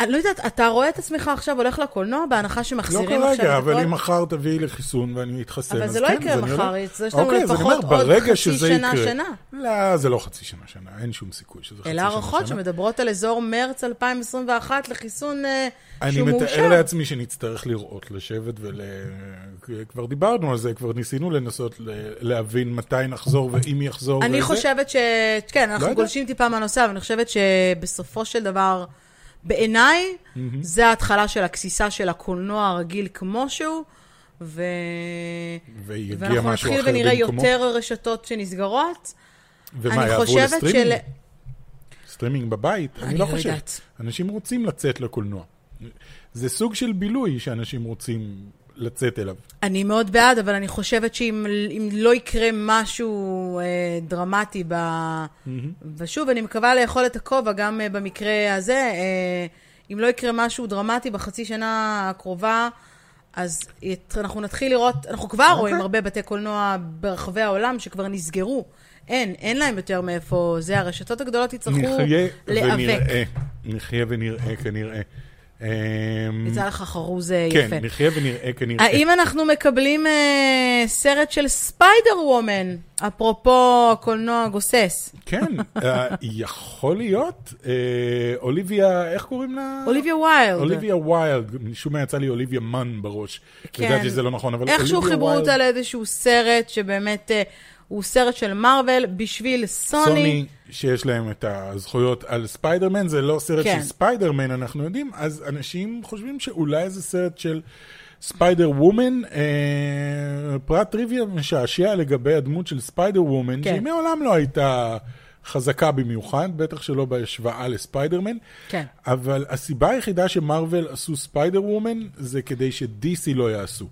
S1: אני לא יודעת, אתה רואה את עצמך עכשיו הולך לקולנוע, בהנחה
S2: לא
S1: שמחזירים עכשיו את
S2: כרגע, אבל
S1: הכל?
S2: אם מחר תביאי לי חיסון ואני אתחסן,
S1: אבל
S2: אז
S1: זה לא
S2: כן,
S1: יקרה
S2: אז אני
S1: מחר,
S2: יודע.
S1: זה- יש לנו
S2: אוקיי, אז אני
S1: לפחות
S2: אומר,
S1: עוד
S2: ברגע
S1: חצי
S2: שזה
S1: שנה,
S2: יקרה-
S1: שנה.
S2: לא, זה לא חצי שנה, שנה, אין שום סיכוי שזה חצי שנה,
S1: אלה
S2: שנה.
S1: הערכות שמדברות על אזור מרץ 2021 לחיסון אה,
S2: אני
S1: שהוא מאושר.
S2: מתאר לעצמי שנצטרך לראות, לשבת ול... כבר דיברנו על זה, כבר ניסינו לנסות ל- להבין מתי נחזור ואם יחזור.
S1: אני
S2: וזה.
S1: חושבת ש... כן, אנחנו
S2: יודע.
S1: גולשים טיפה מהנושא, אבל אני חושבת שבסופו של דבר, בעיניי, זה ההתחלה של הגסיסה של הקולנוע הרגיל כמו שהוא, ו...
S2: ויגיע
S1: ואנחנו
S2: משהו
S1: נתחיל
S2: אחר
S1: ונראה
S2: במקומו.
S1: יותר רשתות שנסגרות.
S2: ומה,
S1: אני
S2: יעברו
S1: חושבת של...
S2: לסטרימינג? סטרימינג בבית? אני,
S1: אני
S2: לא
S1: לא
S2: חושב.
S1: יודעת.
S2: אנשים רוצים לצאת לקולנוע. זה סוג של בילוי שאנשים רוצים לצאת אליו.
S1: אני מאוד בעד, אבל אני חושבת שאם אם לא יקרה משהו אה, דרמטי ב... ושוב, אני מקווה לאכול את הכובע גם אה, במקרה הזה. אה, אם לא יקרה משהו דרמטי בחצי שנה הקרובה, אז ית... אנחנו נתחיל לראות, אנחנו כבר
S2: אוקיי.
S1: okay. רואים הרבה בתי קולנוע ברחבי העולם שכבר נסגרו. אין, אין להם יותר מאיפה זה. הרשתות הגדולות יצטרכו
S2: נחיה
S1: להיאבק.
S2: ונראה. נחיה ונראה כנראה. אמ,
S1: יצא לך חרוז אה, יפה.
S2: כן, נחיה ונראה כנראה.
S1: האם אנחנו מקבלים אה, סרט של ספיידר וומן, אפרופו הקולנוע הגוסס?
S2: כן, אה, יכול להיות. אה, אוליביה, איך קוראים לה?
S1: אוליביה ויילד.
S2: אוליביה ויילד, משום מה יצא לי אוליביה מן בראש.
S1: כן.
S2: ידעתי שזה לא נכון, אבל אוליביה
S1: איכשהו חיברו
S2: ויילד-
S1: אותה לאיזשהו סרט שבאמת אה, הוא סרט של מארוול בשביל סוני.
S2: סוני, שיש להם את הזכויות על ספיידרמן, זה לא סרט
S1: כן.
S2: של ספיידרמן, אנחנו יודעים, אז אנשים חושבים שאולי זה סרט של ספיידר וומן. אה, פרט טריוויה משעשע לגבי הדמות של ספיידר וומן,
S1: כן.
S2: שהיא מעולם לא הייתה חזקה במיוחד, בטח שלא בהשוואה לספיידרמן.
S1: כן.
S2: אבל הסיבה היחידה שמרוויל עשו ספיידר וומן, זה כדי ש-DC לא יעשו.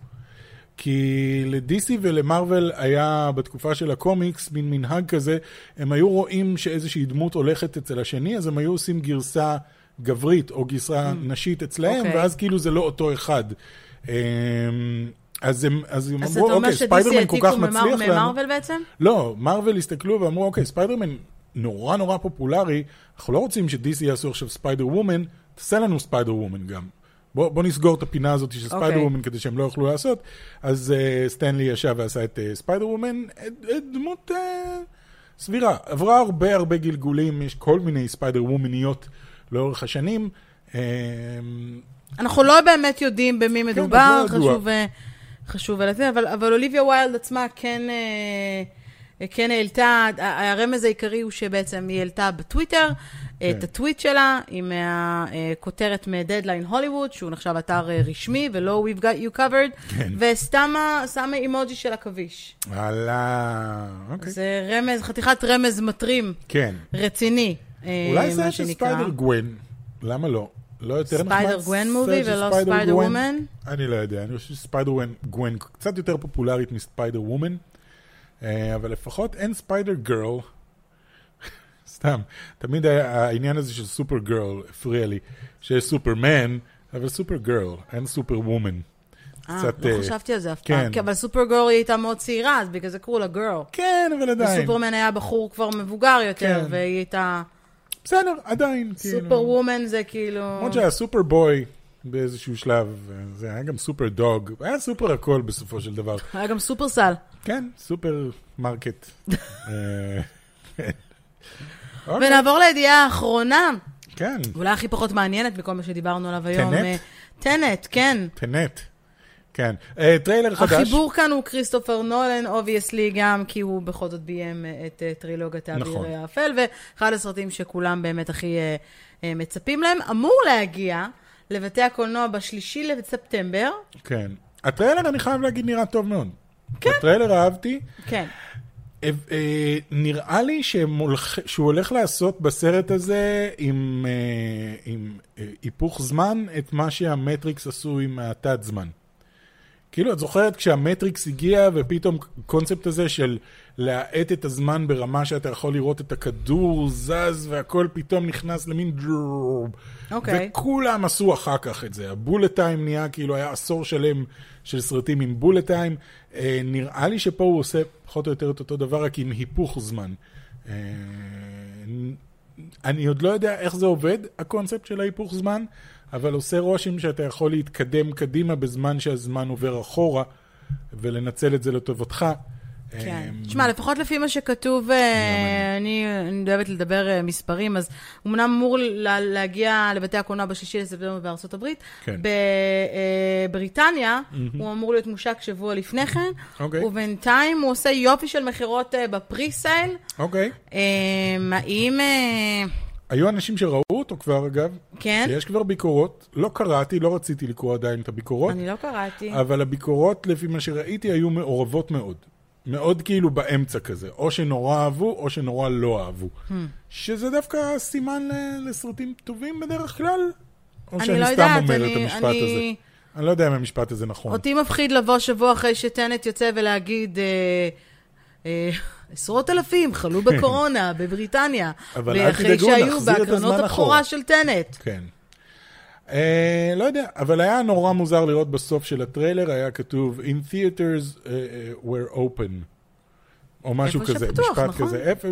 S2: כי ל-DC ולמרוויל היה בתקופה של הקומיקס מין מנהג כזה, הם היו רואים שאיזושהי דמות הולכת אצל השני, אז הם היו עושים גרסה גברית או גרסה נשית אצלהם,
S1: אוקיי.
S2: ואז כאילו זה לא אותו אחד. אמ, אז הם, אז הם
S1: אז
S2: אמרו,
S1: אתה אומר
S2: אוקיי,
S1: שדיסי
S2: ספיידרמן כל כך
S1: העתיקו
S2: מצליח לנו.
S1: ממרוול בעצם?
S2: לא, מרוויל הסתכלו ואמרו, אוקיי, ספיידרמן נורא נורא פופולרי, אנחנו לא רוצים שדיסי יעשו עכשיו ספיידר וומן, תעשה לנו ספיידר וומן גם. בוא, בוא נסגור את הפינה הזאת של ספיידר
S1: אוקיי.
S2: וומן כדי שהם לא יוכלו לעשות. אז uh, סטנלי ישב ועשה את אה, ספיידר וומן, אה, אה, דמות אה, סבירה. עברה הרבה הרבה גלגולים, יש כל מיני ספיידר וומניות לאורך השנים. אה,
S1: אנחנו לא באמת יודעים במי מדובר,
S2: עוד לא ידוע.
S1: חשוב, אה, חשוב לדעת, אבל, אבל אוליביה ויילד עצמה כן, אה, כן העלתה, ה- הרמז העיקרי הוא שבעצם היא העלתה בטוויטר כן. את הטוויט שלה עם הכותרת מדדליין הוליווד, שהוא נחשב אתר אה, רשמי, ולא We've got you covered,
S2: כן.
S1: וסתמה שמה אימוג'י של עכביש.
S2: הלאה, אוקיי.
S1: זה רמז, חתיכת רמז מטרים,
S2: כן.
S1: רציני, אה,
S2: אולי
S1: מה
S2: סרט של
S1: שנקרא.
S2: ספיידר גווין, למה לא? לא יותר נחמד?
S1: ספיידר גווין מובי
S2: סרט של
S1: ולא
S2: ספיידר
S1: ספיידר
S2: גווין?
S1: וומן?
S2: אני לא יודע, אני חושב שספיידר גווין- גווין קצת יותר פופולרית מספיידר וומן, אה, אבל לפחות אין ספיידר גרל. סתם, תמיד היה- העניין הזה של סופר גרל הפריע לי, שיש סופרמן, אבל סופר גרל, אין סופר וומן.
S1: אה,
S2: קצת,
S1: לא
S2: אה,
S1: חשבתי על זה אף
S2: כן.
S1: פעם. כן, אבל סופרגורל היא הייתה מאוד צעירה, אז בגלל זה קראו לה גרל.
S2: כן, אבל עדיין.
S1: וסופרמן היה בחור כבר מבוגר יותר,
S2: כן.
S1: והיא הייתה...
S2: בסדר, עדיין. כאילו.
S1: סופר וומן זה כאילו...
S2: למרות שהיה סופר בוי באיזשהו שלב, זה היה גם סופר דוג, היה סופר הכל בסופו של דבר.
S1: היה גם סופרסל.
S2: כן, סופר מרקט. אה, אוקיי,
S1: ונעבור לידיעה האחרונה,
S2: כן,
S1: אולי הכי פחות מעניינת מכל מה שדיברנו עליו היום.
S2: טנט?
S1: אה, טנט, כן.
S2: טנט. כן, אה, טריילר חדש.
S1: החיבור כאן הוא כריסטופר נולן, אובייסלי גם, כי הוא בכל זאת ביים אה, את אה, טרילוגיית האוויר
S2: נכון.
S1: האפל, ואחד הסרטים שכולם באמת הכי אה, אה, מצפים להם. אמור להגיע לבתי הקולנוע בשלישי לספטמבר.
S2: כן. הטריילר, אני חייב להגיד, נראה טוב מאוד.
S1: כן.
S2: הטריילר אהבתי.
S1: כן.
S2: אה, אה, נראה לי שהם הולכ- שהוא הולך לעשות בסרט הזה עם, אה, עם אה, היפוך זמן את מה שהמטריקס עשו עם התת זמן. כאילו, את זוכרת כשהמטריקס הגיע ופתאום קונספט הזה של להאט את הזמן ברמה שאתה יכול לראות את הכדור זז והכל פתאום נכנס למין דרור.
S1: אוקיי.
S2: וכולם עשו אחר כך את זה. הבולט טיים נהיה כאילו היה עשור שלם של סרטים עם בולט טיים. אה, נראה לי שפה הוא עושה פחות או יותר את אותו דבר, רק עם היפוך זמן. אה, אני עוד לא יודע איך זה עובד, הקונספט של ההיפוך זמן, אבל עושה רושם שאתה יכול להתקדם קדימה בזמן שהזמן עובר אחורה, ולנצל את זה לטובתך.
S1: כן.
S2: אמ, לא
S1: תשמע, לפחות לפי מה שכתוב, אה, אני אני אוהבת לדבר אה, מספרים, אז אמנם אמור לה- להגיע לבתי הקולנוע בשלישי לספטמבר בארצות הברית.
S2: כן.
S1: בבריטניה, הוא אמור להיות מושק שבוע לפני כן,
S2: אוקיי.
S1: ובינתיים הוא עושה יופי של מכירות אה, בפרי-סייל.
S2: אוקיי.
S1: אמ, האם... אה,
S2: היו אנשים שראו אותו כבר, אגב.
S1: כן?
S2: שיש כבר ביקורות. לא קראתי, לא רציתי לקרוא עדיין את הביקורות.
S1: אני לא קראתי.
S2: אבל הביקורות, לפי מה שראיתי, היו מעורבות מאוד. מאוד כאילו באמצע כזה. או שנורא אהבו, או שנורא לא אהבו.
S1: Hmm.
S2: שזה דווקא סימן ל- לסרטים טובים בדרך כלל. או
S1: אני
S2: שאני
S1: לא
S2: סתם
S1: יודעת,
S2: אומר
S1: אני-
S2: את המשפט
S1: אני-
S2: הזה. אני לא יודע אם המשפט הזה נכון.
S1: אותי מפחיד לבוא שבוע אחרי שטנט יוצא ולהגיד... אה, אה, עשרות אלפים חלו בקורונה בבריטניה.
S2: אבל אל
S1: ואחרי
S2: תדאגו,
S1: שהיו
S2: נחזיר את הזמן
S1: בהקרנות
S2: אחורה.
S1: הבכורה של טנט.
S2: כן. אה, לא יודע, אבל היה נורא מוזר לראות בסוף של הטריילר, היה כתוב In theaters uh, were open, או משהו
S1: איפה
S2: כזה,
S1: שפתוח,
S2: משפט
S1: נכון.
S2: כזה. איפה,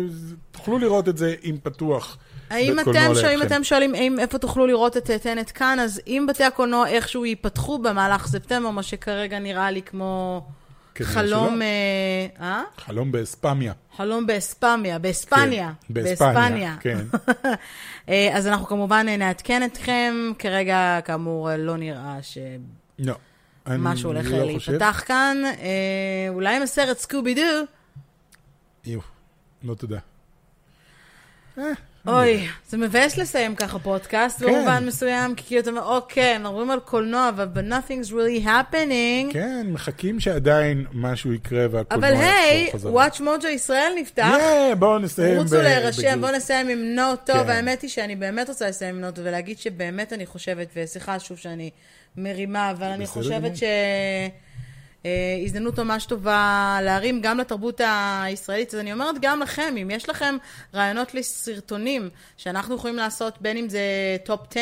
S2: תוכלו לראות את זה אם פתוח.
S1: האם
S2: בית
S1: אתם,
S2: קולנוע
S1: שואלים,
S2: לידכם.
S1: אתם שואלים האם- איפה תוכלו לראות את אה, טנט כאן, אז אם בתי הקולנוע איכשהו ייפתחו במהלך ספטמבר, מה שכרגע נראה לי כמו
S2: כנראה
S1: חלום...
S2: שלא.
S1: אה, אה?
S2: חלום באספמיה.
S1: חלום באספמיה, באספניה.
S2: כן, באספניה, כן.
S1: אה, אז אנחנו כמובן אה, נעדכן אתכם, כרגע כאמור אה, לא נראה שמשהו
S2: לא. אני
S1: הולך
S2: לא
S1: להיפתח כאן. אה, אולי עם הסרט סקובי דו,
S2: חושב. יו, לא תודה. אה,
S1: אוי, זה מבאס לסיים ככה פודקאסט
S2: כן.
S1: במובן מסוים, כי כאילו אתה אומר, אוקיי, אנחנו מדברים על קולנוע, אבל but nothing's really happening.
S2: כן, מחכים שעדיין משהו יקרה והקולנוע
S1: אבל היי,
S2: יחזור חזרה.
S1: Watch Mojo ישראל נפתח.
S2: יאה, בואו נסיים.
S1: רוצו
S2: ב-
S1: להירשם,
S2: בגיוס.
S1: בואו נסיים עם נוט טוב.
S2: כן.
S1: האמת היא שאני באמת רוצה לסיים עם נוט טוב ולהגיד שבאמת אני חושבת, וסליחה שוב שאני מרימה, אבל אני
S2: בסדר
S1: חושבת
S2: גמור.
S1: ש... אה, הזדמנות ממש טובה להרים גם לתרבות הישראלית. אז אני אומרת גם לכם, אם יש לכם רעיונות לסרטונים שאנחנו יכולים לעשות, בין אם זה טופ 10,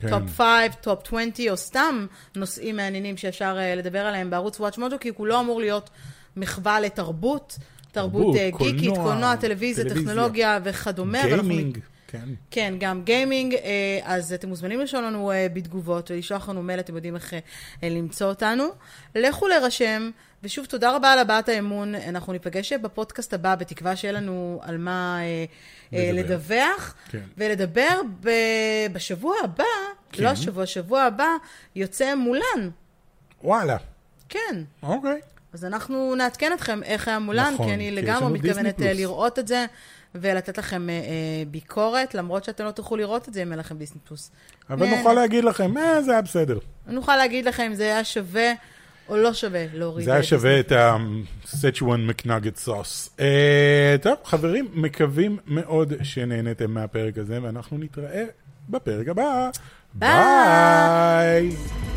S2: כן.
S1: טופ 5, טופ 20, או סתם נושאים מעניינים שאפשר אה, לדבר עליהם בערוץ Watch Mojo, כי הוא לא אמור להיות מחווה לתרבות, תרבות
S2: תרבות,
S1: אה, גיקית,
S2: קולנוע,
S1: קולנוע, טלוויזיה,
S2: טלוויזיה.
S1: טכנולוגיה וכדומה. אבל אנחנו-
S2: גיימינג, כן.
S1: כן, גם גיימינג, אה, אז אתם מוזמנים לשאול לנו אה, בתגובות ולשלוח לנו מייל, אתם יודעים איך אה, למצוא אותנו. לכו להירשם, ושוב, תודה רבה על הבעת האמון. אנחנו ניפגש בפודקאסט הבא, בתקווה שיהיה לנו על מה אה, אה,
S2: לדבר.
S1: לדווח.
S2: כן.
S1: ולדבר ב... בשבוע הבא,
S2: כן.
S1: לא השבוע, שבוע הבא, יוצא מולן.
S2: וואלה,
S1: כן.
S2: אוקיי.
S1: אז אנחנו נעדכן אתכם איך היה מולן,
S2: נכון,
S1: כי אני
S2: כי יש
S1: לגמרי
S2: לנו
S1: מתכוונת
S2: דיסני
S1: אה,
S2: פלוס.
S1: לראות את זה ולתת לכם אה, אה, ביקורת, למרות שאתם לא תוכלו לראות את זה אם אין לכם דיסני פלוס.
S2: אבל
S1: נה,
S2: נוכל
S1: נה.
S2: להגיד לכם, אה, זה היה בסדר.
S1: נוכל להגיד לכם אם זה היה שווה או לא שווה להוריד
S2: זה היה
S1: את דיסני.
S2: שווה את הסצ'ואן מקנגד סוס. אה, טוב, חברים, מקווים מאוד שנהניתם מהפרק הזה, ואנחנו נתראה בפרק הבא.
S1: ביי.
S2: ביי.